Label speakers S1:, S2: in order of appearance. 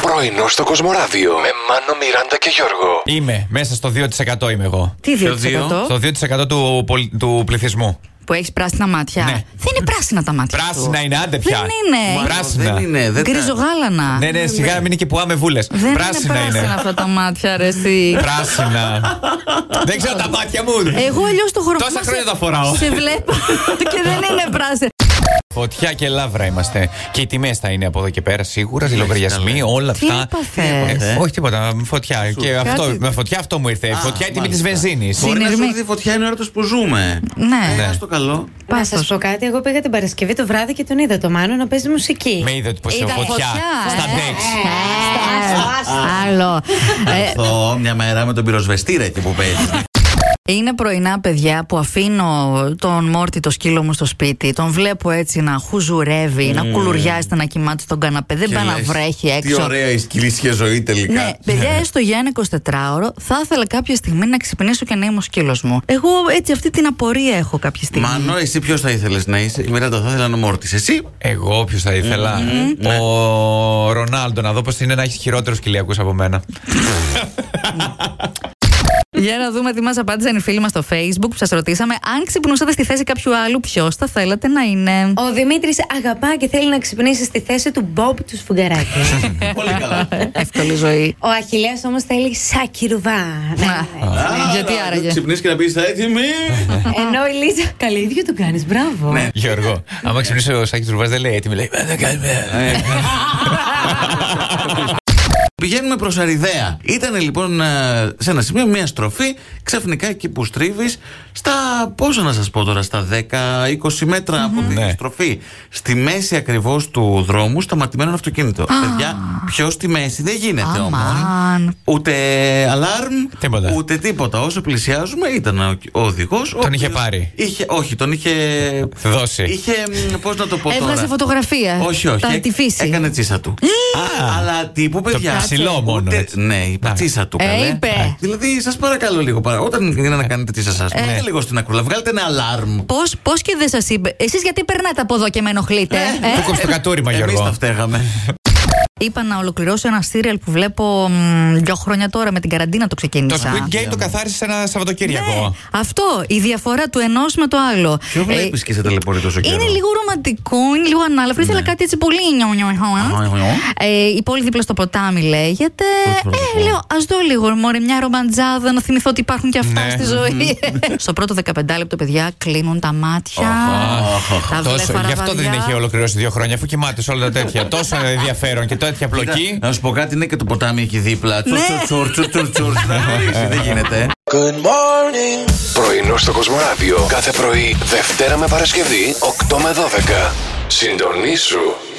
S1: Πρωινό στο Κοσμοράδιο με Μάνο, Μιράντα και Γιώργο.
S2: Είμαι, μέσα στο 2% είμαι εγώ.
S3: Τι 2%?
S2: Στο 2% του, πολ- του πληθυσμού.
S3: Που έχεις πράσινα μάτια.
S2: Ναι.
S3: Δεν είναι πράσινα τα μάτια.
S2: Πράσινα είναι, άντε πια.
S3: Δεν είναι.
S2: Μα- Πράσινα.
S4: Δεν είναι, δεν τα-
S3: Γκριζογάλανα.
S2: Ναι, ναι, σιγά μην είναι και που άμε βούλες.
S3: Δεν
S2: Πράσινα
S3: είναι
S2: είναι.
S3: πράσινα αυτά τα μάτια, ρε. εσύ.
S2: Πράσινα. Δεν ξέρω τα μάτια μου.
S3: Εγώ αλλιώς το χρωμά.
S2: Τόσα
S3: σε-
S2: χρόνια τα φοράω.
S3: Σε βλέπω και δεν είναι πράσινα.
S2: Φωτιά και λαύρα είμαστε. Και οι τιμές θα είναι από εδώ και πέρα σίγουρα. Οι λογαριασμοί, όλα
S3: Τι
S2: αυτά.
S3: έπαθες?
S2: Ε, Όχι τίποτα. Φωτιά. Και αυτό,
S3: Κάτι-
S2: με φωτιά αυτό μου ήρθε. Φωτιά η τιμή της
S4: μάλιστα.
S2: βενζίνης.
S4: Μπορεί να
S3: Συνειρμή.
S4: σου δει φωτιά είναι η ώρα τους που ζούμε.
S3: Ναι.
S2: Ναι.
S4: Ας το καλό.
S3: Πας
S5: Να σας
S3: στο-
S5: πω κάτι. Εγώ πήγα την Παρασκευή το βράδυ και τον είδα το Μάνο να παίζει μουσική.
S2: Με είδε ότι πω
S3: Ήταν
S2: φωτιά.
S3: φωτιά,
S2: Στα
S3: ε.
S2: τέξ.
S3: Ε,
S5: Άστα, άστα.
S3: Άλλο. Ε,
S4: Εδώ μια μέρα με τον πυροσβεστήρα εκεί που παίζει.
S3: Ε, Είναι πρωινά παιδιά που αφήνω τον Μόρτι το σκύλο μου στο σπίτι, τον βλέπω έτσι να χουζουρεύει,
S2: Mm.
S3: να κουλουριάζεται, να κοιμάται στον καναπέ, δεν
S4: Και
S3: πάει να
S4: λες,
S3: βρέχει
S4: Τι
S3: έξω.
S4: ωραία η σκυλίσια ζωή τελικά.
S3: Ναι, παιδιά, έστω για ένα 24ωρο, θα ήθελα κάποια στιγμή να ξυπνήσω και να είμαι ο σκύλος μου. Εγώ έτσι αυτή την απορία έχω κάποια στιγμή.
S4: Μάνο, εσύ ποιος θα ήθελες να είσαι. Η Μιράντα θα ήθελα να μόρτης. Εσύ.
S2: Εγώ ποιο θα ήθελα. Ο Ρονάλντο, να δω πώς είναι να έχεις χειρότερους κοιλιακού από μένα.
S3: Για να δούμε τι μας απάντησαν οι φίλοι μας στο Facebook που σας ρωτήσαμε. Αν ξυπνούσατε στη θέση κάποιου άλλου, ποιος θα θέλατε να είναι.
S5: Ο Δημήτρης αγαπά και θέλει να ξυπνήσει στη θέση του Μπομπ του Σφουγγαράκη.
S4: Πολύ καλά.
S3: Ε, Εύκολη ζωή.
S5: Ο Αχηλέα όμως θέλει σάκι ρουβά. Ναι, ναι.
S4: Α,
S3: Γιατί
S4: να
S3: άραγε.
S4: Ξυπνήσεις και να πεις τα έτοιμη.
S5: Ενώ η Λίζα. Καλή ίδιο τον κάνεις, μπράβο.
S2: Ναι,
S3: Ε.
S2: Γιώργο, άμα ξυπνήσει ο Σάκης Τουρβά δεν λέει έτοιμη, λέει «Ε, δεν κάνουμε.
S4: Πηγαίνουμε προς Αριδαία. Ήταν λοιπόν ε, σε ένα σημείο μια στροφή, ξαφνικά εκεί που στρίβεις, στα πόσο να σας πω τώρα, στα 10-20 μέτρα από την
S2: Ναι.
S4: στροφή. Στη μέση ακριβώς του δρόμου, σταματημένο ένα αυτοκίνητο. Παιδιά, πιο στη μέση δεν γίνεται όμως.
S3: Αμάν.
S4: Ούτε αλάρμ,
S2: Τίποτα.
S4: ούτε τίποτα. Όσο πλησιάζουμε ήταν ο, ο οδηγός.
S2: Τον είχε πάρει.
S4: Είχε, όχι, τον είχε.
S2: Δώσει.
S4: Είχε. Πώς να το πω τώρα.
S3: Έβγαζε φωτογραφία.
S4: Όχι, όχι.
S3: Ε, Τα, τη φύση.
S4: Έκανε τσίσα του. Α, αλλά τύπου παιδιά.
S2: ψηλό μόνο, έτσι.
S4: Ναι, η πατσίσα του.
S3: Ε,
S4: καλέ.
S3: είπε.
S4: Δηλαδή, σας παρακαλώ λίγο παρα. Όταν είναι να κάνετε τσίσα
S3: Ε.
S4: σα, πήγαινε λίγο στην ακρούλα. Βγάλετε ένα αλάρμ.
S3: Πώς, πώς και δεν σας είπε. Εσείς γιατί περνάτε από εδώ και με ενοχλείτε. ε?
S2: Του κόψει το κατούριμα,
S4: Εμείς τα
S2: Γιώργο.
S4: φταίγαμε.
S3: Είπα να ολοκληρώσω ένα σύριαλ που βλέπω μ, δύο χρόνια τώρα με την καραντίνα το
S2: Το
S3: ξεκίνησα.
S2: Squid Game το καθάρισε ένα
S3: Ναι.
S2: Σαββατοκύριακο.
S3: Αυτό, η διαφορά του ενός με το άλλο. Ε,
S4: Ποιο βλέπεις και σε ταλαιπωρεί τόσο καιρό.
S3: Είναι λίγο ρομαντικό, είναι λίγο ανάλαφρο. Ήθελα
S2: Ναι.
S3: κάτι έτσι πολύ νιό, νιό, νιό.
S4: Νιό, νιό.
S3: Ε, Η πόλη δίπλα στο ποτάμι λέγεται.
S4: ρομαντικό.
S3: Ε, λέω, ας δω λίγο, μωρέ, μια ρομαντζάδα να θυμηθώ ότι υπάρχουν και αυτά
S2: Ναι.
S3: στη ζωή. στο πρώτο 15 λεπτό, παιδιά, κλείνουν τα μάτια. τα
S2: Τόσο,
S3: βλέφαρα
S2: γι' αυτό δεν
S3: βαριά.
S2: έχει ολοκληρώσει δύο χρόνια, αφού κοιμάται σε όλα τα τέτοια. Τόσο ενδιαφέρον και τέτοια πλοκή.
S4: Να σου πω κάτι, είναι και το ποτάμι εκεί δίπλα. Τσουρ,
S3: Ναι.
S4: τσουρ, τσουρ, τσουρ, τσουρ. Να χωρίσει, Δεν γίνεται.
S1: Πρωινό στο Κοσμοράδιο κάθε πρωί, Δευτέρα με Παρασκευή, 8 με 12. Συντονίσου